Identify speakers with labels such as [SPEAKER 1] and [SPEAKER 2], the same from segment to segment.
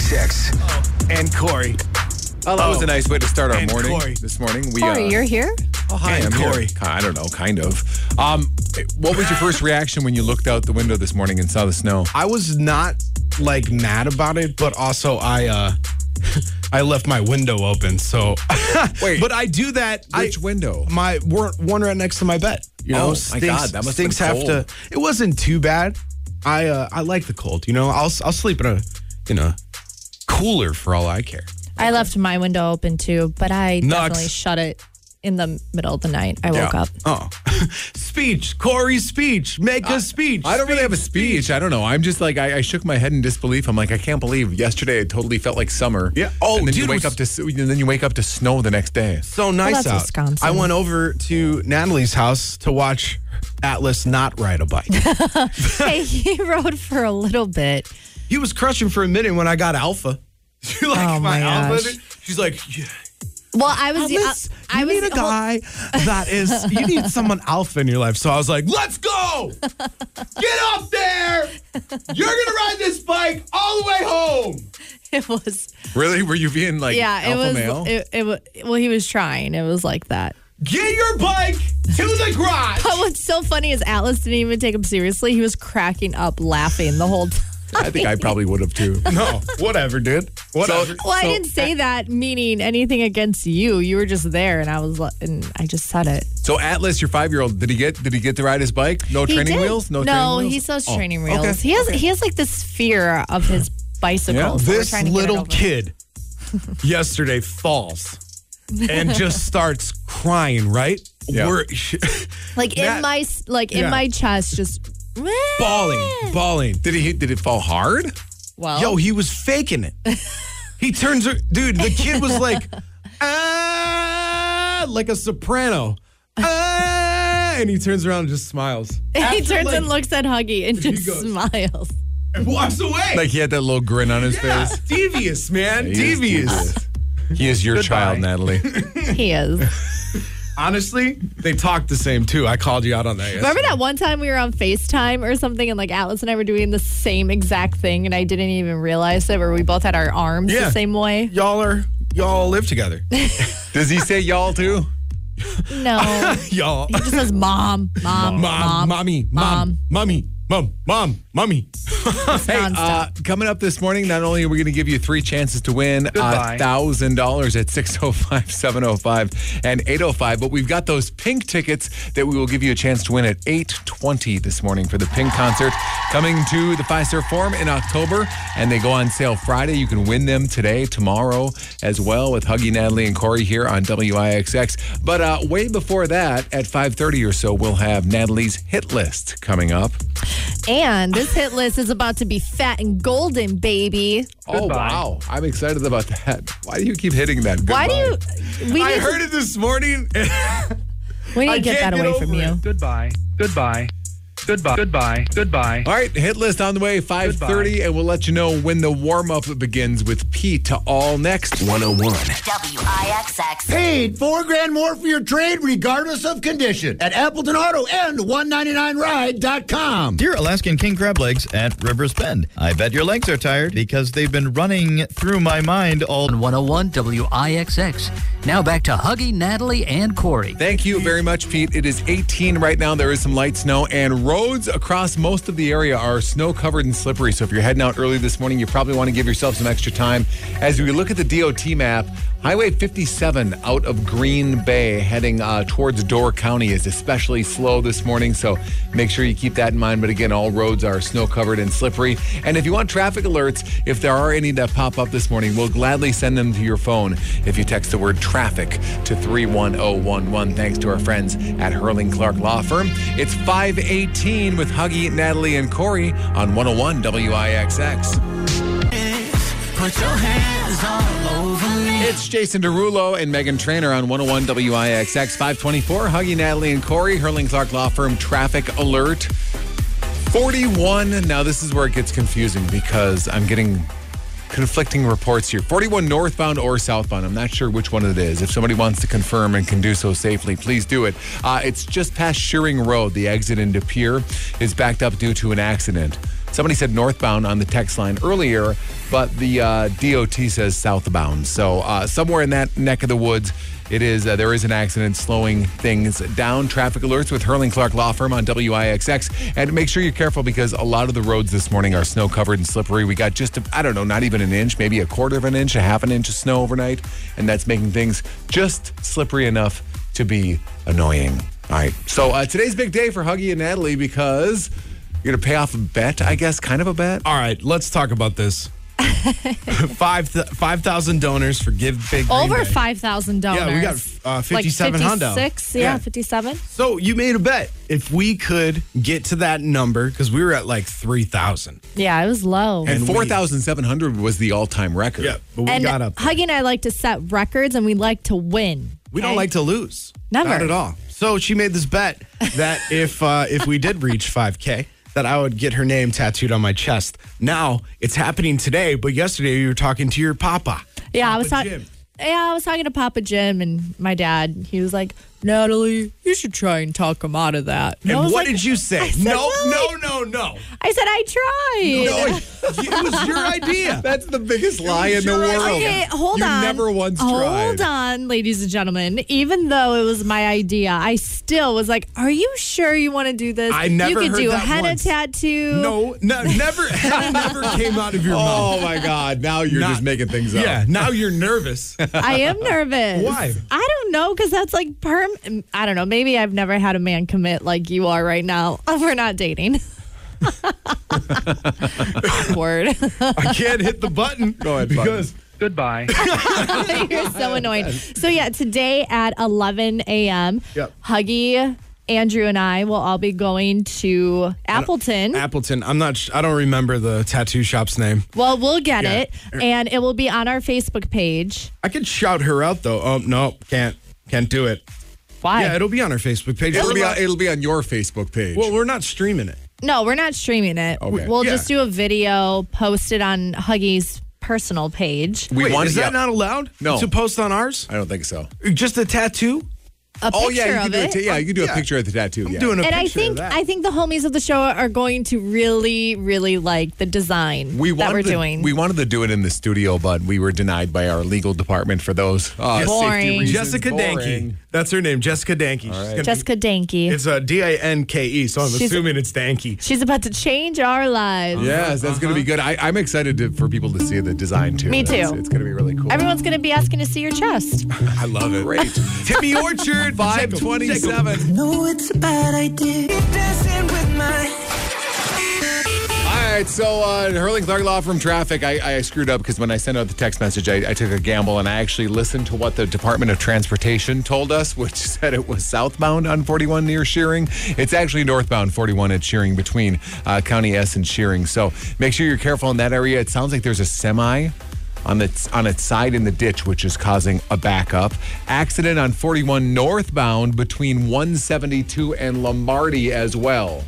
[SPEAKER 1] WIXX.
[SPEAKER 2] and Corey.
[SPEAKER 3] Oh, that was a nice way to start our
[SPEAKER 2] And
[SPEAKER 3] morning
[SPEAKER 2] Corey.
[SPEAKER 3] this morning. We,
[SPEAKER 4] Corey,
[SPEAKER 3] uh,
[SPEAKER 4] you're here?
[SPEAKER 3] oh, hi,
[SPEAKER 2] And
[SPEAKER 3] I'm here.
[SPEAKER 2] Corey.
[SPEAKER 3] Ki- I don't know, kind of. Um, what was your first reaction when you looked out the window this morning and saw the snow?
[SPEAKER 2] I was not like mad about it, but also I uh I left my window open. So
[SPEAKER 3] Wait.
[SPEAKER 2] but I do that.
[SPEAKER 3] Which
[SPEAKER 2] I,
[SPEAKER 3] window?
[SPEAKER 2] My one one right next to my bed. You know,
[SPEAKER 3] Oh, my God, that must have
[SPEAKER 2] things
[SPEAKER 3] been
[SPEAKER 2] have
[SPEAKER 3] cold.
[SPEAKER 2] to. It wasn't too bad. I uh I like the cold. You know, I'll I'll sleep in a in a cooler for all I care.
[SPEAKER 4] I left my window open too, but I
[SPEAKER 2] Knox.
[SPEAKER 4] definitely shut it in the middle of the night. I woke
[SPEAKER 3] Yeah.
[SPEAKER 4] up.
[SPEAKER 2] Oh, speech, Corey's speech. Make a speech.
[SPEAKER 3] I don't really have a speech. I don't know. I'm just like I, I shook my head in disbelief. I'm like I can't believe yesterday it totally felt like summer.
[SPEAKER 2] Yeah. Oh,
[SPEAKER 3] and then
[SPEAKER 2] dude,
[SPEAKER 3] you wake
[SPEAKER 2] it was-
[SPEAKER 3] up to s- and then you wake up to snow the next day.
[SPEAKER 2] so nice
[SPEAKER 4] that's
[SPEAKER 2] out.
[SPEAKER 4] Wisconsin.
[SPEAKER 2] I went over to Natalie's house to watch Atlas not ride a bike.
[SPEAKER 4] hey, he rode for a little bit.
[SPEAKER 2] he was crushing for a minute when I got Alpha. You like
[SPEAKER 4] Oh my
[SPEAKER 2] Alpha?
[SPEAKER 4] gosh.
[SPEAKER 2] She's like, yeah.
[SPEAKER 4] Well, I was.
[SPEAKER 2] Atlas,
[SPEAKER 4] I, I
[SPEAKER 2] you
[SPEAKER 4] was
[SPEAKER 2] need a
[SPEAKER 4] hold-
[SPEAKER 2] guy that is. You need someone alpha in your life. So I was like, let's go. Get up there. You're gonna ride this bike all the way home.
[SPEAKER 4] It was.
[SPEAKER 3] Really? Were you being like
[SPEAKER 4] Yeah,
[SPEAKER 3] alpha
[SPEAKER 4] it was.
[SPEAKER 3] male?
[SPEAKER 4] It, it was. Well, he was trying. It was like that.
[SPEAKER 2] Get your bike to the garage.
[SPEAKER 4] But what's so funny is Atlas didn't even take him seriously. He was cracking up laughing the whole time.
[SPEAKER 3] I think I probably would have too.
[SPEAKER 2] No, whatever, dude. Whatever.
[SPEAKER 4] Well, I didn't say that meaning anything against you. You were just there, and I was, li- and I just said it.
[SPEAKER 3] So Atlas, your five year old, did he get did he get to ride his bike? No
[SPEAKER 4] He
[SPEAKER 3] training
[SPEAKER 4] did.
[SPEAKER 3] wheels? No,
[SPEAKER 4] no,
[SPEAKER 3] training
[SPEAKER 4] he
[SPEAKER 3] wheels?
[SPEAKER 4] sells
[SPEAKER 3] Oh,
[SPEAKER 4] training wheels.
[SPEAKER 3] okay,
[SPEAKER 4] He has, he has like this fear of his bicycle.
[SPEAKER 3] Yeah.
[SPEAKER 4] so we're
[SPEAKER 2] this
[SPEAKER 4] trying to get it
[SPEAKER 2] little
[SPEAKER 4] over.
[SPEAKER 2] kid yesterday falls and just starts crying. Right?
[SPEAKER 3] Yeah.
[SPEAKER 2] We're
[SPEAKER 4] like
[SPEAKER 2] That-
[SPEAKER 4] in my, s- like in
[SPEAKER 2] Yeah.
[SPEAKER 4] my chest, just
[SPEAKER 2] bawling, bawling.
[SPEAKER 3] Did he did it fall hard?
[SPEAKER 4] Well,
[SPEAKER 2] Yo, he was faking it. he turns, her, dude. The kid was like, ah, like a soprano, ah, and he turns around and just smiles.
[SPEAKER 4] he
[SPEAKER 2] After,
[SPEAKER 4] turns
[SPEAKER 2] like,
[SPEAKER 4] and looks at Huggy and just
[SPEAKER 2] goes-
[SPEAKER 4] smiles.
[SPEAKER 2] and walks away.
[SPEAKER 3] Like he had that little grin on his
[SPEAKER 2] Yeah,
[SPEAKER 3] face.
[SPEAKER 2] devious, man,
[SPEAKER 3] He is
[SPEAKER 2] devious.
[SPEAKER 3] He is your
[SPEAKER 2] Goodbye.
[SPEAKER 3] child, Natalie.
[SPEAKER 4] He is.
[SPEAKER 2] Honestly, they talk the same too. I called you out on that.
[SPEAKER 4] Remember that one time we were on FaceTime or something and like Atlas and I were doing the same exact thing and I didn't even realize it where we both had our arms
[SPEAKER 2] Yeah.
[SPEAKER 4] the same way?
[SPEAKER 2] Y'all are y'all live together.
[SPEAKER 3] Does he say y'all too?
[SPEAKER 4] No. it
[SPEAKER 2] y'all,
[SPEAKER 4] just says mom, mom, mom,
[SPEAKER 2] mom, mommy, mom,
[SPEAKER 4] mom.
[SPEAKER 2] mommy, mom, mom, mommy.
[SPEAKER 4] nonstop.
[SPEAKER 3] Uh, coming up this morning, not only are we going to give you three chances to win
[SPEAKER 2] Goodbye.
[SPEAKER 3] $1,000 at 605, 705, and 805, but we've got those pink tickets that we will give you a chance to win at 820 this morning for the pink concert coming to the Pfizer Forum in October, and they go on sale Friday. You can win them today, tomorrow as well with Huggy, Natalie, and Corey here on WIXX. But uh, way before that, at 5.30 or so, we'll have Natalie's hit list coming up.
[SPEAKER 4] and this hit list is about to be fat and golden, baby.
[SPEAKER 3] Oh wow! I'm excited about that. Why do you keep hitting that?
[SPEAKER 4] Why do you we
[SPEAKER 2] I
[SPEAKER 4] need,
[SPEAKER 2] heard it this morning.
[SPEAKER 4] to, we need
[SPEAKER 2] I
[SPEAKER 4] to get
[SPEAKER 2] can't
[SPEAKER 4] that
[SPEAKER 2] get
[SPEAKER 4] away from
[SPEAKER 2] over
[SPEAKER 4] you.
[SPEAKER 5] Goodbye. Goodbye. Goodbye. Goodbye. Goodbye.
[SPEAKER 3] All right, hit list on the way. 5:30, and we'll let you know when the warm up begins with Pete to all next.
[SPEAKER 1] 101.
[SPEAKER 6] WIXX.
[SPEAKER 7] paid four grand more for your trade regardless of condition at Appleton Auto and 199ride.com.
[SPEAKER 8] Dear Alaskan King Crab Legs at Rivers Bend, I bet your legs are tired because they've been running through my mind all
[SPEAKER 9] 101 WIXX. Now back to Huggy, Natalie, and Corey.
[SPEAKER 3] Thank you very much, Pete. It is 18 right now. There is some light snow, and roads across most of the area are snow covered and slippery. So if you're heading out early this morning, you probably want to give yourself some extra time. As we look at the DOT map, Highway 57 out of Green Bay heading uh, towards Door County is especially slow this morning. So make sure you keep that in mind. But again, all roads are snow covered and slippery. And if you want traffic alerts, if there are any that pop up this morning, we'll gladly send them to your phone if you text the word traffic to 31011. Thanks to our friends at Hurling Clark Law Firm. It's 518 with Huggy, Natalie, and Corey on 101 WIXX.
[SPEAKER 6] Put your hands all over me.
[SPEAKER 3] It's Jason Derulo and Megan Trainer on 101 WIXX 524. Huggy, Natalie, and Corey, Hurling Clark Law Firm traffic alert. 41. Now, this is where it gets confusing because I'm getting conflicting reports here. 41 northbound or southbound. I'm not sure which one it is. If somebody wants to confirm and can do so safely, please do it. Uh, it's just past Shearing Road. The exit into Pier is backed up due to an accident. Somebody said northbound on the text line earlier, but the uh, DOT says southbound. So uh, somewhere in that neck of the woods, it is uh, there is an accident slowing things down. Traffic alerts with Hurling Clark Law Firm on WIXX, and make sure you're careful because a lot of the roads this morning are snow covered and slippery. We got just I I don't know, not even an inch, maybe a quarter of an inch, a half an inch of snow overnight, and that's making things just slippery enough to be annoying. All right, so uh, today's big day for Huggy and Natalie because you're gonna pay off a bet, I guess, kind of a bet.
[SPEAKER 2] All right, let's talk about this. Five th- 5,000 donors for Give Big Green
[SPEAKER 4] Over
[SPEAKER 2] Day.
[SPEAKER 4] five thousand dollars.
[SPEAKER 2] Yeah, we got, uh, 57
[SPEAKER 4] like
[SPEAKER 2] Honda.
[SPEAKER 4] Six,
[SPEAKER 2] Yeah.
[SPEAKER 4] yeah, fifty-seven.
[SPEAKER 2] So you made a bet if we could get to that number because we were at like 3,000.
[SPEAKER 4] Yeah, it was low.
[SPEAKER 3] And
[SPEAKER 2] And we-
[SPEAKER 3] four thousand seven hundred was the all-time record.
[SPEAKER 2] but we
[SPEAKER 4] and
[SPEAKER 2] got up. there.
[SPEAKER 4] Huggy and I like to set records, and we like to win.
[SPEAKER 2] We don't
[SPEAKER 4] okay?
[SPEAKER 2] like to lose.
[SPEAKER 4] Never.
[SPEAKER 2] Not at all. So she made this bet that if uh, if we did reach 5K, that I would get her name tattooed on my chest. Now it's happening today, but yesterday you were talking to your papa.
[SPEAKER 4] Yeah, I was
[SPEAKER 2] Papa Jim.
[SPEAKER 4] talking. Yeah, I was talking to Papa Jim and my dad. He was like, "Natalie, you should try and talk him out of that."
[SPEAKER 2] And
[SPEAKER 4] And I
[SPEAKER 2] what
[SPEAKER 4] was like-
[SPEAKER 2] did you say?
[SPEAKER 4] said,
[SPEAKER 2] no,
[SPEAKER 4] "Really?"
[SPEAKER 2] no, no, no.
[SPEAKER 4] I said I tried.
[SPEAKER 2] No, it, it was your idea.
[SPEAKER 3] That's the biggest lie in the
[SPEAKER 2] your
[SPEAKER 3] world.
[SPEAKER 4] Okay, hold
[SPEAKER 3] you
[SPEAKER 4] on.
[SPEAKER 3] never once
[SPEAKER 4] hold
[SPEAKER 3] tried.
[SPEAKER 4] on, ladies and gentlemen. Even though it was my idea, I still was like, "Are you sure you want to do this?
[SPEAKER 2] I never
[SPEAKER 4] you could
[SPEAKER 2] heard
[SPEAKER 4] do a
[SPEAKER 2] that
[SPEAKER 4] henna
[SPEAKER 2] once.
[SPEAKER 4] tattoo.
[SPEAKER 2] No, no, never, that never came out of your mouth.
[SPEAKER 3] Oh my God! Now you're
[SPEAKER 2] Not-
[SPEAKER 3] just making things up.
[SPEAKER 2] Yeah, now you're nervous.
[SPEAKER 4] I am nervous.
[SPEAKER 2] Why?
[SPEAKER 4] I don't know because that's like perm. I don't know. Maybe I've never had a man commit like you are right now. We're not dating. Word.
[SPEAKER 2] I can't hit the button.
[SPEAKER 3] Go ahead, button.
[SPEAKER 2] Because
[SPEAKER 5] Goodbye.
[SPEAKER 4] You're so annoying. So yeah, today at 11 a.m.,
[SPEAKER 2] Yep.
[SPEAKER 4] Huggy, Andrew, and I will all be going to Appleton.
[SPEAKER 2] Appleton, I'm not. Sh- I don't remember the tattoo shop's name.
[SPEAKER 4] well, we'll get
[SPEAKER 2] Yeah.
[SPEAKER 4] it, and it will be on our Facebook page.
[SPEAKER 2] I could shout her out though. Oh no, can't, can't do it.
[SPEAKER 4] Why?
[SPEAKER 2] Yeah, it'll be on our Facebook page.
[SPEAKER 3] It'll
[SPEAKER 2] We're
[SPEAKER 3] be,
[SPEAKER 2] not-
[SPEAKER 3] on, it'll be on your Facebook page.
[SPEAKER 2] well, we're not streaming it.
[SPEAKER 4] no, we're not streaming it.
[SPEAKER 3] Okay.
[SPEAKER 4] We'll
[SPEAKER 2] Yeah.
[SPEAKER 4] just do a video, post it on Huggy's personal page.
[SPEAKER 3] we
[SPEAKER 2] Wait,
[SPEAKER 3] want
[SPEAKER 2] is that
[SPEAKER 3] yeah.
[SPEAKER 2] not allowed?
[SPEAKER 3] No.
[SPEAKER 2] To post on ours?
[SPEAKER 3] I don't think so.
[SPEAKER 2] Just a tattoo?
[SPEAKER 4] a picture
[SPEAKER 3] oh yeah, you
[SPEAKER 4] of
[SPEAKER 3] can do
[SPEAKER 4] it.
[SPEAKER 3] a ta- yeah, you can do
[SPEAKER 2] Yeah.
[SPEAKER 3] a picture of the tattoo. yeah.
[SPEAKER 2] Doing a
[SPEAKER 4] and
[SPEAKER 2] picture
[SPEAKER 4] I
[SPEAKER 2] of
[SPEAKER 4] think
[SPEAKER 2] that.
[SPEAKER 4] I think the homies of the show are going to really, really like the design
[SPEAKER 3] we
[SPEAKER 4] that
[SPEAKER 3] wanted
[SPEAKER 4] we're
[SPEAKER 3] to,
[SPEAKER 4] doing.
[SPEAKER 3] We wanted to do it in the studio, but we were denied by our legal department for those uh, safety
[SPEAKER 4] Boring.
[SPEAKER 3] reasons.
[SPEAKER 2] Jessica
[SPEAKER 3] Boring.
[SPEAKER 2] Danke. That's her name, Jessica Danke. She's gonna be-
[SPEAKER 4] Jessica Danke.
[SPEAKER 2] It's uh, D A N K E, so I'm
[SPEAKER 4] She's-
[SPEAKER 2] assuming it's Danke.
[SPEAKER 4] She's about to change our lives.
[SPEAKER 3] Yes, that's going
[SPEAKER 2] Uh-huh.
[SPEAKER 3] to be good. I, I'm excited to, for people to see the design too.
[SPEAKER 4] Me
[SPEAKER 3] It's,
[SPEAKER 4] too.
[SPEAKER 3] it's going to be really cool.
[SPEAKER 4] Everyone's going to be asking to see your chest.
[SPEAKER 2] I love it.
[SPEAKER 3] Great. Timmy Orchard, 527.
[SPEAKER 6] No, it's a bad idea. Dancing with my
[SPEAKER 3] All right, so uh, Hurling Clark Law from Traffic, I, I screwed up because when I sent out the text message, I, I took a gamble and I actually listened to what the Department of Transportation told us, which said it was southbound on 41 near Shearing. It's actually northbound 41 at Shearing between uh, County S and Shearing. So make sure you're careful in that area. It sounds like there's a semi on its on its side in the ditch, which is causing a backup. Accident on 41 northbound between 172 and Lombardi as well.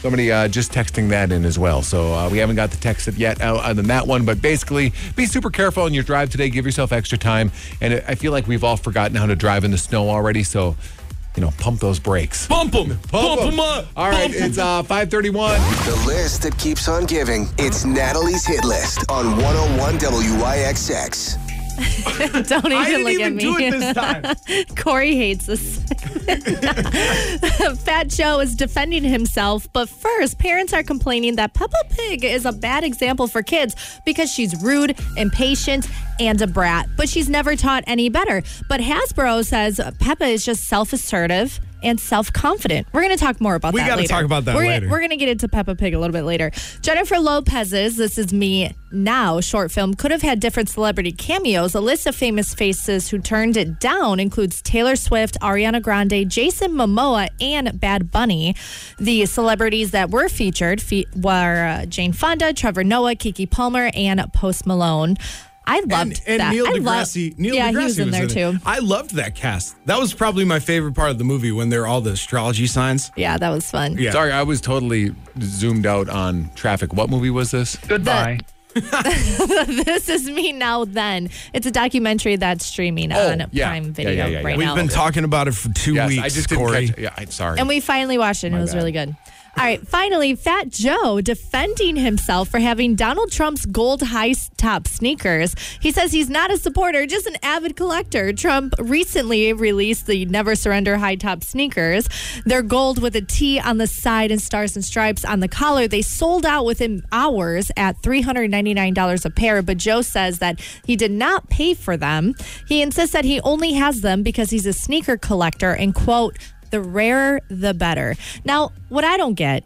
[SPEAKER 3] Somebody uh, just texting that in as well. So uh, we haven't got the text yet out on that one, but basically, be super careful on your drive today. Give yourself extra time. And I feel like we've all forgotten how to drive in the snow already. So, you know, pump those brakes.
[SPEAKER 2] Bump them. Bump them up.
[SPEAKER 3] All right,
[SPEAKER 2] Bump 'em.
[SPEAKER 3] it's uh, 531.
[SPEAKER 1] The list that keeps on giving. It's Natalie's Hit List on 101 WIXX.
[SPEAKER 4] Don't even
[SPEAKER 2] I didn't
[SPEAKER 4] look
[SPEAKER 2] even
[SPEAKER 4] at me.
[SPEAKER 2] do it this time.
[SPEAKER 4] Corey hates this. Fat Joe is defending himself, but first, parents are complaining that Peppa Pig is a bad example for kids because she's rude, impatient, and a brat, but she's never taught any better. But Hasbro says Peppa is just self assertive. And self confident. We're going to talk more about
[SPEAKER 2] We
[SPEAKER 4] that.
[SPEAKER 2] gotta
[SPEAKER 4] later.
[SPEAKER 2] talk about that
[SPEAKER 4] We're gonna-
[SPEAKER 2] later.
[SPEAKER 4] we're going to get into Peppa Pig a little bit later. Jennifer Lopez's This Is Me Now short film could have had different celebrity cameos. A list of famous faces who turned it down includes Taylor Swift, Ariana Grande, Jason Momoa, and Bad Bunny. The celebrities that were featured fe- were uh, Jane Fonda, Trevor Noah, Kiki Palmer, and Post Malone. I loved
[SPEAKER 2] and, and
[SPEAKER 4] that.
[SPEAKER 2] Neil
[SPEAKER 4] I lo-
[SPEAKER 2] deGrasse, Neil
[SPEAKER 4] yeah,
[SPEAKER 2] deGrasse
[SPEAKER 4] he was in there too.
[SPEAKER 2] it. I loved that cast. That was probably my favorite part of the movie when there were all the astrology signs.
[SPEAKER 4] Yeah, that was fun.
[SPEAKER 2] Yeah.
[SPEAKER 3] Sorry, I was totally zoomed out on traffic. What movie was this?
[SPEAKER 5] Goodbye.
[SPEAKER 4] This is me now. Then it's a documentary that's streaming
[SPEAKER 3] Oh,
[SPEAKER 4] on
[SPEAKER 3] yeah.
[SPEAKER 4] Prime
[SPEAKER 3] Yeah,
[SPEAKER 4] Video
[SPEAKER 3] yeah, yeah, yeah.
[SPEAKER 4] right
[SPEAKER 2] We've
[SPEAKER 4] now.
[SPEAKER 2] been talking about it for two
[SPEAKER 3] Yes,
[SPEAKER 2] weeks,
[SPEAKER 3] I just didn't
[SPEAKER 2] Corey.
[SPEAKER 3] catch. Yeah, I'm sorry.
[SPEAKER 4] And we finally watched it, and it was
[SPEAKER 3] bad.
[SPEAKER 4] really good. All right, finally, Fat Joe defending himself for having Donald Trump's gold high top sneakers. He says he's not a supporter, just an avid collector. Trump recently released the Never Surrender high top sneakers. They're gold with a T on the side and stars and stripes on the collar. They sold out within hours at $399 a pair, but Joe says that he did not pay for them. He insists that he only has them because he's a sneaker collector and, quote, the rarer the better. Now, what I don't get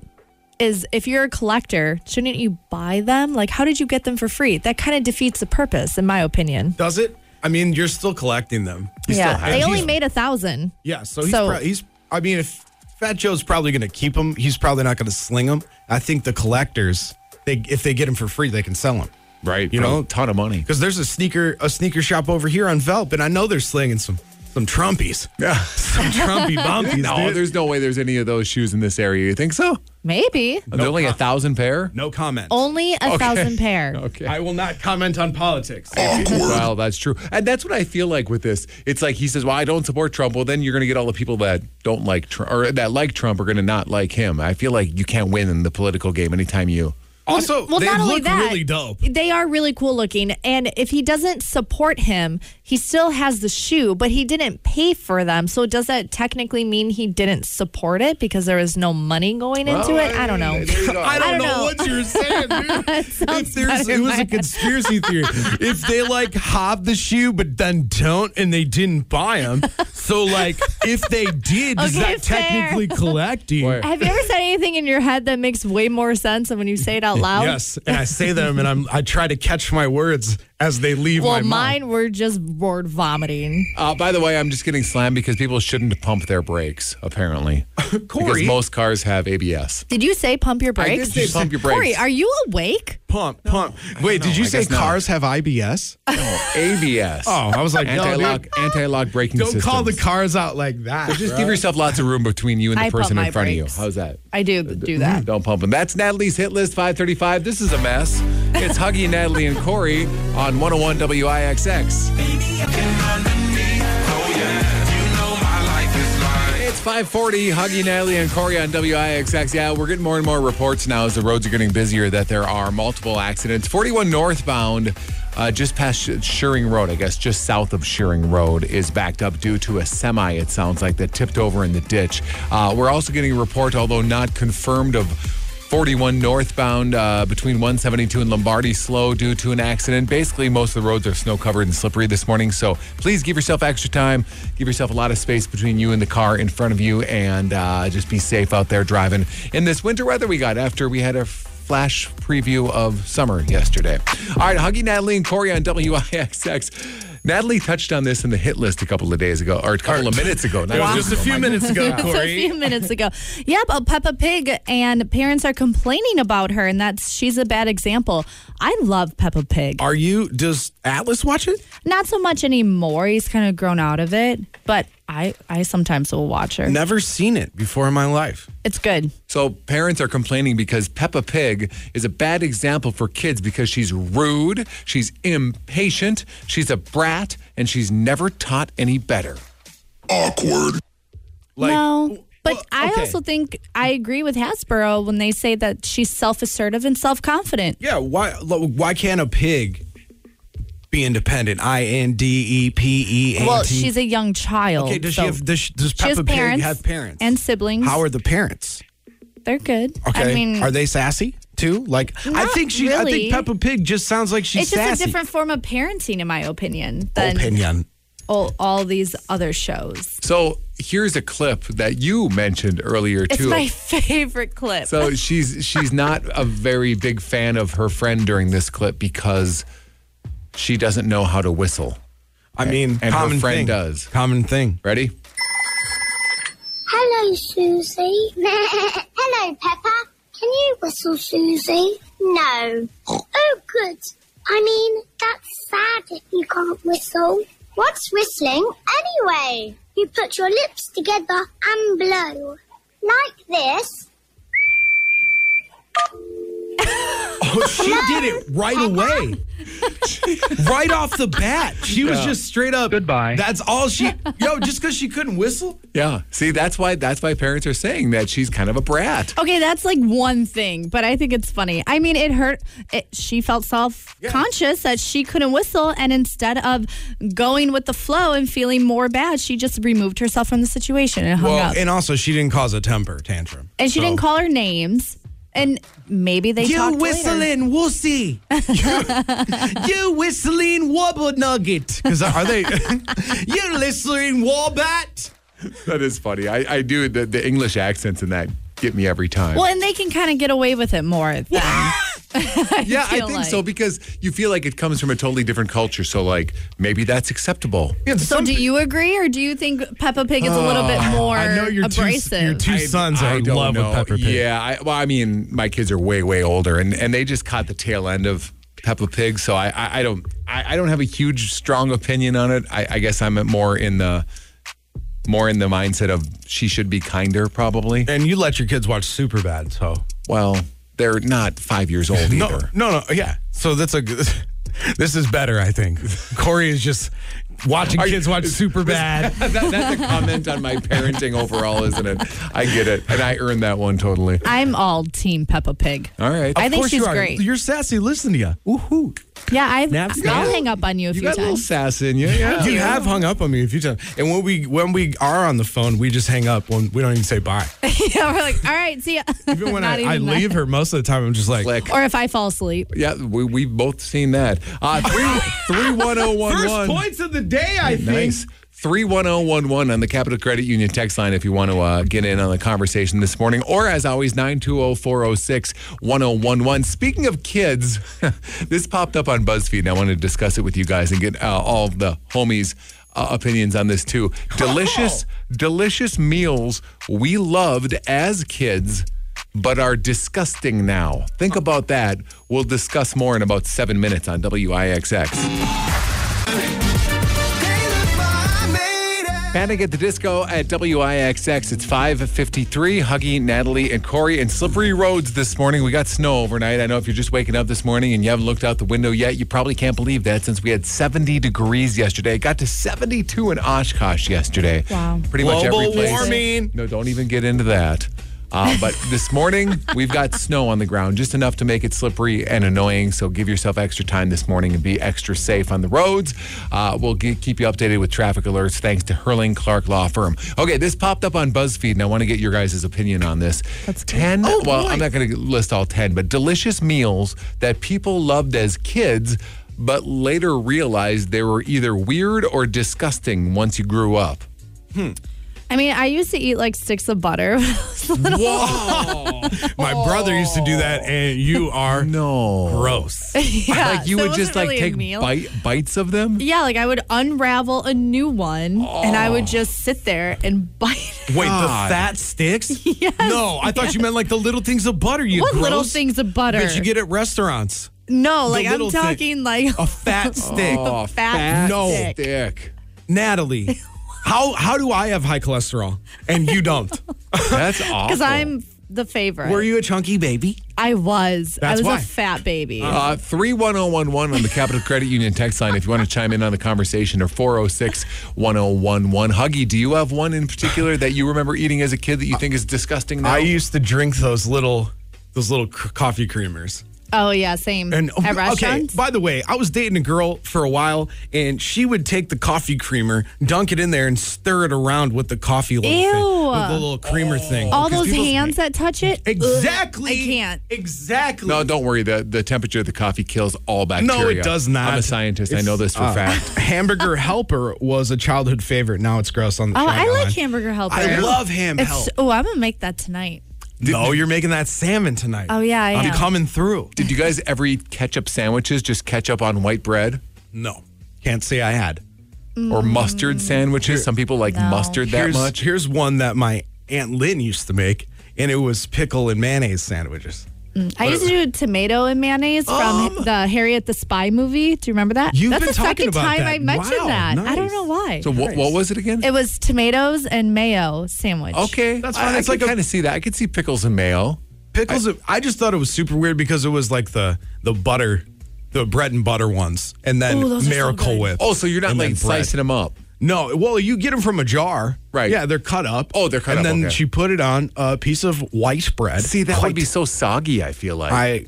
[SPEAKER 4] is if you're a collector, shouldn't you buy them? Like, how did you get them for free? That kind of defeats the purpose, in my opinion.
[SPEAKER 2] Does it? I mean, you're still collecting them. You still have
[SPEAKER 4] they
[SPEAKER 2] them.
[SPEAKER 4] only
[SPEAKER 2] He's-
[SPEAKER 4] made a thousand.
[SPEAKER 2] Yeah, so he's,
[SPEAKER 4] So-
[SPEAKER 2] prob- he's I mean, if Fat Joe's probably going to keep them, he's probably not going to sling them. I think the collectors, they if they get them for free, they can sell them.
[SPEAKER 3] Right.
[SPEAKER 2] You
[SPEAKER 3] for
[SPEAKER 2] know?
[SPEAKER 3] a ton of money.
[SPEAKER 2] Because there's a sneaker a sneaker shop over here on Velp, and I know they're slinging some some Trumpies. Yeah, some Trumpy bumpies.
[SPEAKER 3] No,
[SPEAKER 2] dude.
[SPEAKER 3] there's no way there's any of those shoes in this area. You think so?
[SPEAKER 4] Maybe.
[SPEAKER 3] Are there
[SPEAKER 2] uh,
[SPEAKER 3] only a thousand pair?
[SPEAKER 2] no comment.
[SPEAKER 4] Only a thousand pair.
[SPEAKER 3] Okay.
[SPEAKER 2] I will not comment on politics.
[SPEAKER 3] Well, that's true. And that's what I feel like with this. It's like he says, Well, I don't support Trump. Well, then you're going to get all the people that don't like Trump or that like Trump are going to not like him. I feel like you can't win in the political game anytime you.
[SPEAKER 2] also,
[SPEAKER 4] Well,
[SPEAKER 2] they
[SPEAKER 4] not only
[SPEAKER 2] look
[SPEAKER 4] that,
[SPEAKER 2] really dope.
[SPEAKER 4] They are really cool looking. And if he doesn't support him, he still has the shoe, but he didn't pay for them. So does that technically mean he didn't support it because there was no money going into it? I don't know.
[SPEAKER 2] I don't,
[SPEAKER 4] I don't
[SPEAKER 2] know,
[SPEAKER 4] know.
[SPEAKER 2] what you're saying, dude. if there's, it was a conspiracy theory. if they like hob the shoe but then don't and they didn't buy them, so like if they did, is
[SPEAKER 4] Okay,
[SPEAKER 2] that
[SPEAKER 4] fair.
[SPEAKER 2] technically collecting?
[SPEAKER 3] Boy.
[SPEAKER 4] Have you ever said anything in your head that makes way more sense than when you say it out loud?
[SPEAKER 2] Yes, and I say them, and I'm I try to catch my words as they leave
[SPEAKER 4] Well,
[SPEAKER 2] my mouth.
[SPEAKER 4] mine were just word vomiting.
[SPEAKER 3] Uh, by the way, I'm just getting slammed because people shouldn't pump their brakes, apparently. because
[SPEAKER 2] Corey.
[SPEAKER 3] most cars have ABS.
[SPEAKER 4] Did you say pump your
[SPEAKER 3] I
[SPEAKER 4] brakes?
[SPEAKER 3] did say pump your brakes.
[SPEAKER 4] Corey, are you awake?
[SPEAKER 2] Pump, pump. Wait,
[SPEAKER 3] know.
[SPEAKER 2] did you
[SPEAKER 3] I
[SPEAKER 2] say
[SPEAKER 3] guess not.
[SPEAKER 2] cars have IBS? Oh,
[SPEAKER 3] ABS.
[SPEAKER 2] I was like, no, dude,
[SPEAKER 3] anti-lock, anti-lock braking
[SPEAKER 2] don't call the
[SPEAKER 3] systems.
[SPEAKER 2] cars out like that.
[SPEAKER 3] Just give yourself lots of room between you and the
[SPEAKER 4] I pump
[SPEAKER 3] person
[SPEAKER 4] my
[SPEAKER 3] in front
[SPEAKER 4] brakes.
[SPEAKER 3] of you. How's that?
[SPEAKER 4] I do
[SPEAKER 3] Uh,
[SPEAKER 4] do that.
[SPEAKER 3] Mm. Don't pump them. That's Natalie's hit list 535. This is a mess. It's Huggy, Natalie, and Corey on 101 WIXX. It's 540, Huggy, Natalie, and Corey on WIXX. Yeah, we're getting more and more reports now as the roads are getting busier that there are multiple accidents. 41 northbound, uh, just past Sh- Shearing Road, I guess, just south of Shearing Road, is backed up due to a semi, it sounds like, that tipped over in the ditch. Uh, we're also getting a report, although not confirmed, of 41 northbound uh, between 172 and Lombardi slow due to an accident. Basically, most of the roads are snow covered and slippery this morning. So please give yourself extra time. Give yourself a lot of space between you and the car in front of you and uh, just be safe out there driving in this winter weather we got after we had a flash preview of summer yesterday. All right, Huggy, Natalie, and Corey on WIXX. Natalie touched on this in the hit list a couple of days ago, or a couple of minutes ago. Not
[SPEAKER 2] It was just a
[SPEAKER 3] ago,
[SPEAKER 2] few
[SPEAKER 3] my
[SPEAKER 2] minutes ago,
[SPEAKER 4] So a
[SPEAKER 2] Corey.
[SPEAKER 4] few minutes ago. Yep, a Peppa Pig, and parents are complaining about her, and that's she's a bad example. I love Peppa Pig.
[SPEAKER 2] Are you? Does Atlas watch it?
[SPEAKER 4] Not so much anymore. He's kind of grown out of it, but I I sometimes will watch her.
[SPEAKER 2] Never seen it before in my life.
[SPEAKER 4] It's good.
[SPEAKER 3] So parents are complaining because Peppa Pig is a bad example for kids because she's rude, she's impatient, she's a brat, and she's never taught any better.
[SPEAKER 4] no. But
[SPEAKER 2] well,
[SPEAKER 4] I
[SPEAKER 2] okay.
[SPEAKER 4] also think I agree with Hasbro when they say that she's self assertive and self confident.
[SPEAKER 2] Yeah, why lo- why can't a pig be independent? I N D E P E N T.
[SPEAKER 4] Well, she's a young child.
[SPEAKER 2] Okay, does
[SPEAKER 4] so-
[SPEAKER 2] she have does, she- does
[SPEAKER 4] She has
[SPEAKER 2] Peppa Pig have parents?
[SPEAKER 4] and siblings.
[SPEAKER 2] how are the parents?
[SPEAKER 4] They're good.
[SPEAKER 2] Okay.
[SPEAKER 4] I mean,
[SPEAKER 2] are they sassy too? Like I
[SPEAKER 4] Not
[SPEAKER 2] think she I
[SPEAKER 4] really.
[SPEAKER 2] think Peppa Pig just sounds like she's
[SPEAKER 4] It's just
[SPEAKER 2] sassy.
[SPEAKER 4] a different form of parenting, in my opinion, than
[SPEAKER 2] opinion.
[SPEAKER 4] all, all these other shows.
[SPEAKER 3] So here's a clip that you mentioned earlier
[SPEAKER 4] It's
[SPEAKER 3] too.
[SPEAKER 4] my favorite clip.
[SPEAKER 3] so she's she's not a very big fan of her friend during this clip because she doesn't know how to whistle.
[SPEAKER 2] I mean,
[SPEAKER 3] And her
[SPEAKER 2] common
[SPEAKER 3] friend
[SPEAKER 2] thing.
[SPEAKER 3] does.
[SPEAKER 2] Common thing.
[SPEAKER 3] Ready?
[SPEAKER 10] Hello, Susie. Hello, Peppa. Can you whistle, Susie? No. Oh, good. I mean, that's sad if you can't whistle. What's whistling anyway? You put your lips together and blow. Like this.
[SPEAKER 2] Oh, she did it right away. right off the bat. She was
[SPEAKER 3] Yeah.
[SPEAKER 2] just straight up. Goodbye. That's all she. Yo, just because she couldn't whistle?
[SPEAKER 3] Yeah. See, that's why that's why parents are saying that she's kind of a brat.
[SPEAKER 4] Okay, that's like one thing, but I think it's funny. I mean, it hurt. It, she felt self conscious that she couldn't whistle, and instead of going with the flow and feeling more bad, she just removed herself from the situation and hung
[SPEAKER 2] Well,
[SPEAKER 4] up.
[SPEAKER 2] and also, she didn't cause a temper tantrum.
[SPEAKER 4] and she
[SPEAKER 2] so-
[SPEAKER 4] didn't call her names. And maybe they
[SPEAKER 2] You
[SPEAKER 4] talked
[SPEAKER 2] whistling wussy. you whistling wobble nugget. Because are they? you whistling wombat?
[SPEAKER 3] That is funny. I, I do the, the English accents in that get me every time.
[SPEAKER 4] Well, and they can kind of get away with it more. Than,
[SPEAKER 3] yeah, I
[SPEAKER 4] feel
[SPEAKER 3] think
[SPEAKER 4] like-
[SPEAKER 3] so because you feel like it comes from a totally different culture. So like maybe that's acceptable.
[SPEAKER 4] So, do you agree, or do you think Peppa Pig is a little
[SPEAKER 2] Oh,
[SPEAKER 4] bit more abrasive?
[SPEAKER 2] two sons are in love with Pepper Pig.
[SPEAKER 3] Yeah, I, well, I mean, my kids are way, way older, and, and they just caught the tail end of Peppa Pig. So I, I, I don't, I, I don't have a huge, strong opinion on it. I, I guess I'm more in the, more in the mindset of she should be kinder, probably.
[SPEAKER 2] And you let your kids watch Superbad, so
[SPEAKER 3] Well, they're not five years old either.
[SPEAKER 2] no, no, no, yeah. So that's a. good- This is better, I think. Corey is just watching
[SPEAKER 3] Are you-
[SPEAKER 2] kids watch Superbad.
[SPEAKER 3] That- that's a comment on my parenting overall, isn't it? I get it, and I earned that one totally.
[SPEAKER 4] I'm all team Peppa Pig.
[SPEAKER 3] All right.
[SPEAKER 4] I
[SPEAKER 2] Of
[SPEAKER 4] think
[SPEAKER 2] course you
[SPEAKER 4] she's
[SPEAKER 2] are.
[SPEAKER 4] great.
[SPEAKER 2] You're sassy. Listen to you. Woohoo!
[SPEAKER 4] Yeah, I,
[SPEAKER 2] Nap
[SPEAKER 4] I'll
[SPEAKER 2] time.
[SPEAKER 4] hang up on you a
[SPEAKER 3] You
[SPEAKER 4] few
[SPEAKER 3] got a little
[SPEAKER 4] times.
[SPEAKER 3] sass in you. Yeah.
[SPEAKER 2] You have hung up on me a few times, and when we when we are on the phone, we just hang up. When we don't even say bye.
[SPEAKER 4] yeah, we're like, all right, see ya.
[SPEAKER 2] Even when
[SPEAKER 4] Not
[SPEAKER 2] I, I
[SPEAKER 4] even that.
[SPEAKER 2] leave her, most of the time I'm just like,
[SPEAKER 3] Click.
[SPEAKER 4] Or if I fall asleep.
[SPEAKER 3] Yeah, we, we've both seen that. Uh, three, three one oh one one.
[SPEAKER 2] of the day, I
[SPEAKER 3] Nice. 31011 on the Capital Credit Union text line if you want to uh, get in on the conversation this morning. Or as always, 920 406 1011. Speaking of kids, this popped up on BuzzFeed and I wanted to discuss it with you guys and get uh, all of the homies' uh, opinions on this too. Delicious, delicious meals we loved as kids. But are disgusting now. Think about that. We'll discuss more in about seven minutes on WIXX. Panic at the Disco at WIXX. It's 553. Huggy, Natalie, and Corey in slippery roads this morning. We got snow overnight. I know if you're just waking up this morning and you haven't looked out the window yet, you probably can't believe that since we had 70 degrees yesterday. It got to 72 in Oshkosh yesterday.
[SPEAKER 4] Wow.
[SPEAKER 3] Pretty much every
[SPEAKER 2] Global
[SPEAKER 3] place.
[SPEAKER 2] warming.
[SPEAKER 3] No, don't even get into that. Uh, but this morning, we've got snow on the ground, just enough to make it slippery and annoying. So give yourself extra time this morning and be extra safe on the roads. Uh, we'll ge- keep you updated with traffic alerts thanks to Hurling Clark Law Firm. Okay, this popped up on BuzzFeed, and I want to get your guys' opinion on this. 10, well, I'm not going to list all 10, but delicious meals that people loved as kids, but later realized they were either weird or disgusting once you grew up.
[SPEAKER 4] I mean, I used to eat like sticks of butter.
[SPEAKER 2] Whoa! My brother used to do that, and you are
[SPEAKER 3] No.
[SPEAKER 2] gross.
[SPEAKER 4] yeah,
[SPEAKER 3] like you
[SPEAKER 4] so it
[SPEAKER 3] would just
[SPEAKER 4] wasn't
[SPEAKER 3] like
[SPEAKER 4] really a
[SPEAKER 3] take
[SPEAKER 4] meal.
[SPEAKER 3] bite, bites of them.
[SPEAKER 4] Yeah, like I would unravel a new one and I
[SPEAKER 2] Oh.
[SPEAKER 4] would just sit there and bite. it.
[SPEAKER 2] Wait,
[SPEAKER 3] God.
[SPEAKER 2] the fat sticks? no, I thought you meant like the little things of butter. You
[SPEAKER 4] What little
[SPEAKER 2] gross
[SPEAKER 4] things of butter?
[SPEAKER 2] that you get at restaurants.
[SPEAKER 4] no, like I'm
[SPEAKER 2] little thing-
[SPEAKER 4] talking like
[SPEAKER 2] A fat stick.
[SPEAKER 3] Oh,
[SPEAKER 4] fat
[SPEAKER 2] no.
[SPEAKER 4] stick.
[SPEAKER 3] Dick.
[SPEAKER 2] Natalie, how how do I have high cholesterol and you don't?
[SPEAKER 3] That's awful.
[SPEAKER 4] because I'm the favorite.
[SPEAKER 2] Were you a chunky baby?
[SPEAKER 4] I was. I
[SPEAKER 2] That's
[SPEAKER 4] was
[SPEAKER 2] why.
[SPEAKER 4] a fat baby.
[SPEAKER 3] Uh, 31011 on the Capital Credit Union text line if you want to chime in on the conversation or 406 1011. Huggy, do you have one in particular that you remember eating as a kid that you think is disgusting now?
[SPEAKER 2] I used to drink those little those little c- coffee creamers.
[SPEAKER 4] oh yeah, same.
[SPEAKER 2] And
[SPEAKER 4] At
[SPEAKER 2] okay,
[SPEAKER 4] restaurants.
[SPEAKER 2] by the way, I was dating a girl for a while, and she would take the coffee creamer, dunk it in there, and stir it around with the coffee little
[SPEAKER 4] Ew.
[SPEAKER 2] thing, with the little creamer thing.
[SPEAKER 4] All
[SPEAKER 2] Because
[SPEAKER 4] those
[SPEAKER 2] people-
[SPEAKER 4] hands that touch it. Ugh,
[SPEAKER 2] Exactly.
[SPEAKER 4] I can't.
[SPEAKER 2] Exactly.
[SPEAKER 3] no, don't worry. The, the temperature of the coffee kills all bacteria.
[SPEAKER 2] No, it does not.
[SPEAKER 3] I'm a scientist. I
[SPEAKER 2] It's-
[SPEAKER 3] know this for a
[SPEAKER 2] uh,
[SPEAKER 3] fact.
[SPEAKER 2] Hamburger Helper was a childhood favorite. Now it's gross on the
[SPEAKER 4] Oh,
[SPEAKER 2] trend
[SPEAKER 4] I
[SPEAKER 2] line.
[SPEAKER 4] like hamburger helper.
[SPEAKER 2] I love ham
[SPEAKER 4] It's-
[SPEAKER 2] help.
[SPEAKER 4] Oh, I'm gonna make that tonight.
[SPEAKER 2] No, you're making that salmon tonight.
[SPEAKER 4] Oh, yeah, I
[SPEAKER 2] I'm
[SPEAKER 4] am.
[SPEAKER 2] coming through.
[SPEAKER 3] Did you guys ever eat ketchup sandwiches, just ketchup on white bread?
[SPEAKER 2] No, can't say I had.
[SPEAKER 3] Or mustard sandwiches? Some people like mustard that
[SPEAKER 2] here's,
[SPEAKER 3] much.
[SPEAKER 2] Here's one that my aunt Lynn used to make, and it was pickle and mayonnaise sandwiches.
[SPEAKER 4] I used to do tomato and mayonnaise from the Harriet the Spy movie. Do you remember that?
[SPEAKER 2] Um, You've
[SPEAKER 4] That's
[SPEAKER 2] been
[SPEAKER 4] the second
[SPEAKER 2] talking about
[SPEAKER 4] time
[SPEAKER 2] that.
[SPEAKER 4] I mentioned
[SPEAKER 2] Wow,
[SPEAKER 4] that. I don't
[SPEAKER 2] nice.
[SPEAKER 4] know why.
[SPEAKER 3] So what, what was it again?
[SPEAKER 4] it was tomatoes and mayo sandwich.
[SPEAKER 3] Okay,
[SPEAKER 2] That's
[SPEAKER 3] I-
[SPEAKER 2] fine.
[SPEAKER 3] I,
[SPEAKER 2] It's
[SPEAKER 3] can
[SPEAKER 2] like a-
[SPEAKER 3] kind of see that. I could see pickles and mayo.
[SPEAKER 2] Pickles, I, just thought it was super weird because it was like the the butter, the bread and butter ones, and then
[SPEAKER 3] Ooh, those are so
[SPEAKER 2] Miracle
[SPEAKER 3] good.
[SPEAKER 2] Whip.
[SPEAKER 3] Oh, so you're not,
[SPEAKER 2] and then
[SPEAKER 3] like,
[SPEAKER 2] bread.
[SPEAKER 3] slicing 'em up.
[SPEAKER 2] No, well, you get them from a jar,
[SPEAKER 3] Right.
[SPEAKER 2] Yeah, they're cut up.
[SPEAKER 3] Oh, they're cut
[SPEAKER 2] and
[SPEAKER 3] up,
[SPEAKER 2] And then
[SPEAKER 3] okay.
[SPEAKER 2] she put it on a piece of white bread.
[SPEAKER 3] See, that
[SPEAKER 2] White.
[SPEAKER 3] would be so soggy. I feel like
[SPEAKER 2] I-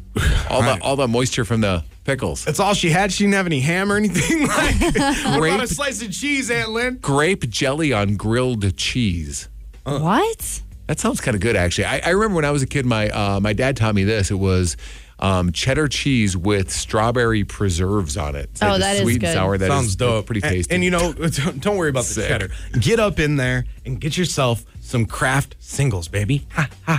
[SPEAKER 3] all the all the moisture from the pickles.
[SPEAKER 2] That's all she had. She didn't have any ham or anything. like, what about a
[SPEAKER 3] Grape-
[SPEAKER 2] slice of cheese, Aunt Lynn?
[SPEAKER 3] Grape jelly on grilled cheese.
[SPEAKER 4] What?
[SPEAKER 3] That sounds kind of good, actually. I, I remember when I was a kid, my uh, my dad taught me this. It was um, cheddar cheese with strawberry preserves on it. It's
[SPEAKER 4] Oh,
[SPEAKER 3] a
[SPEAKER 4] that is
[SPEAKER 3] sweet
[SPEAKER 4] good.
[SPEAKER 3] and sour. That
[SPEAKER 2] Sounds
[SPEAKER 3] is
[SPEAKER 2] dope.
[SPEAKER 3] Pretty
[SPEAKER 2] And-
[SPEAKER 3] tasty.
[SPEAKER 2] And, you know, don't, don't worry about the
[SPEAKER 3] Sick.
[SPEAKER 2] cheddar. Get up in there and get yourself some Kraft singles, baby.
[SPEAKER 3] How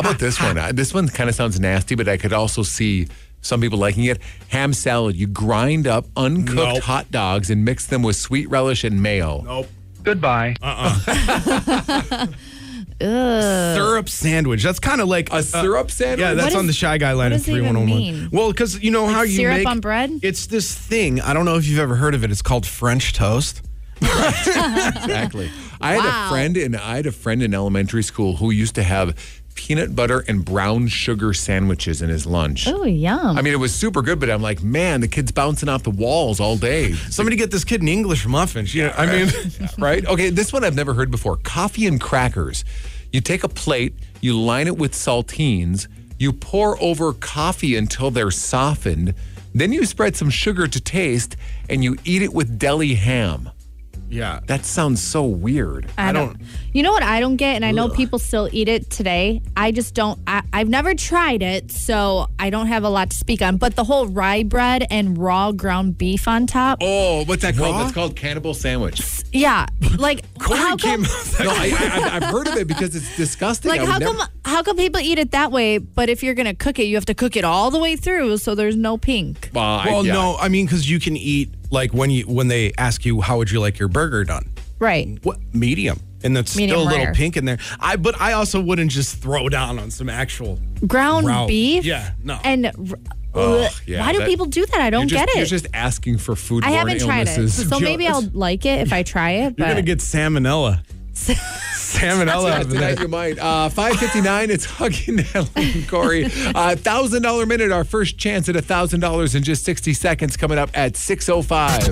[SPEAKER 3] about this one? Uh, This one kind of sounds nasty, but I could also see some people liking it. Ham salad. You grind up uncooked
[SPEAKER 2] Nope.
[SPEAKER 3] hot dogs and mix them with sweet relish and mayo.
[SPEAKER 2] Nope.
[SPEAKER 5] Goodbye.
[SPEAKER 2] syrup sandwich. That's kind of like
[SPEAKER 3] A syrup sandwich?
[SPEAKER 2] Uh, Yeah, that's
[SPEAKER 4] What
[SPEAKER 2] on the
[SPEAKER 4] is-
[SPEAKER 2] Shy Guy line
[SPEAKER 4] what
[SPEAKER 2] of
[SPEAKER 4] does it even
[SPEAKER 2] 3111.
[SPEAKER 4] mean?
[SPEAKER 2] Well, because you know how you
[SPEAKER 4] syrup
[SPEAKER 2] make
[SPEAKER 4] on bread?
[SPEAKER 2] It's this thing. I don't know if you've ever heard of it. It's called French toast.
[SPEAKER 3] Exactly. I had
[SPEAKER 4] Wow.
[SPEAKER 3] a friend in I had a friend in elementary school who used to have peanut butter and brown sugar sandwiches in his lunch.
[SPEAKER 4] Oh, yum.
[SPEAKER 3] I mean, it was super good, but I'm like, man, the kid's bouncing off the walls all day.
[SPEAKER 2] Somebody get this kid an English muffin. You know, I mean,
[SPEAKER 3] right? Okay, this one I've never heard before. Coffee and crackers. You take a plate, you line it with saltines, you pour over coffee until they're softened, then you spread some sugar to taste, and you eat it with deli ham.
[SPEAKER 2] yeah.
[SPEAKER 3] That sounds so weird.
[SPEAKER 2] I don't-
[SPEAKER 4] You know what I don't get, and I know people still eat it today. I just don't. I, I've never tried it, so I don't have a lot to speak on. But the whole rye bread and raw ground beef on top.
[SPEAKER 3] Oh, what's that
[SPEAKER 2] Raw?
[SPEAKER 3] called? That's called cannibal sandwich.
[SPEAKER 4] Yeah, like how come?
[SPEAKER 3] no, I, I, I've heard of it because it's disgusting.
[SPEAKER 4] Like
[SPEAKER 3] I would
[SPEAKER 4] how
[SPEAKER 3] never-
[SPEAKER 4] come? How come people eat it that way? But if you're gonna cook it, you have to cook it all the way through, so there's no pink.
[SPEAKER 3] Well, I-
[SPEAKER 2] Well,
[SPEAKER 3] yeah.
[SPEAKER 2] no, I mean, because you can eat like when you when they ask you how would you like your burger done.
[SPEAKER 4] Right.
[SPEAKER 2] What medium? And that's
[SPEAKER 4] Medium
[SPEAKER 2] still a little
[SPEAKER 4] rare.
[SPEAKER 2] pink in there. I but I also wouldn't just throw down on some actual.
[SPEAKER 4] Ground
[SPEAKER 2] Raw.
[SPEAKER 4] beef.
[SPEAKER 2] Yeah, no.
[SPEAKER 4] And r-
[SPEAKER 3] Ugh,
[SPEAKER 4] bleh.
[SPEAKER 3] yeah,
[SPEAKER 4] why do
[SPEAKER 3] that-
[SPEAKER 4] people do that? I don't
[SPEAKER 3] You're just,
[SPEAKER 4] get it.
[SPEAKER 3] You're just asking for foodborne
[SPEAKER 4] I haven't tried it,
[SPEAKER 3] illnesses.
[SPEAKER 4] so maybe I'll like it if I try it.
[SPEAKER 2] You're
[SPEAKER 4] but
[SPEAKER 2] gonna get salmonella. salmonella.
[SPEAKER 3] Yeah,
[SPEAKER 2] out of that.
[SPEAKER 3] tonight you might. Uh, Five fifty nine. It's hugging Natalie and Corey. Uh, thousand dollar minute. Our first chance at a thousand dollars in just sixty seconds. Coming up at six oh five.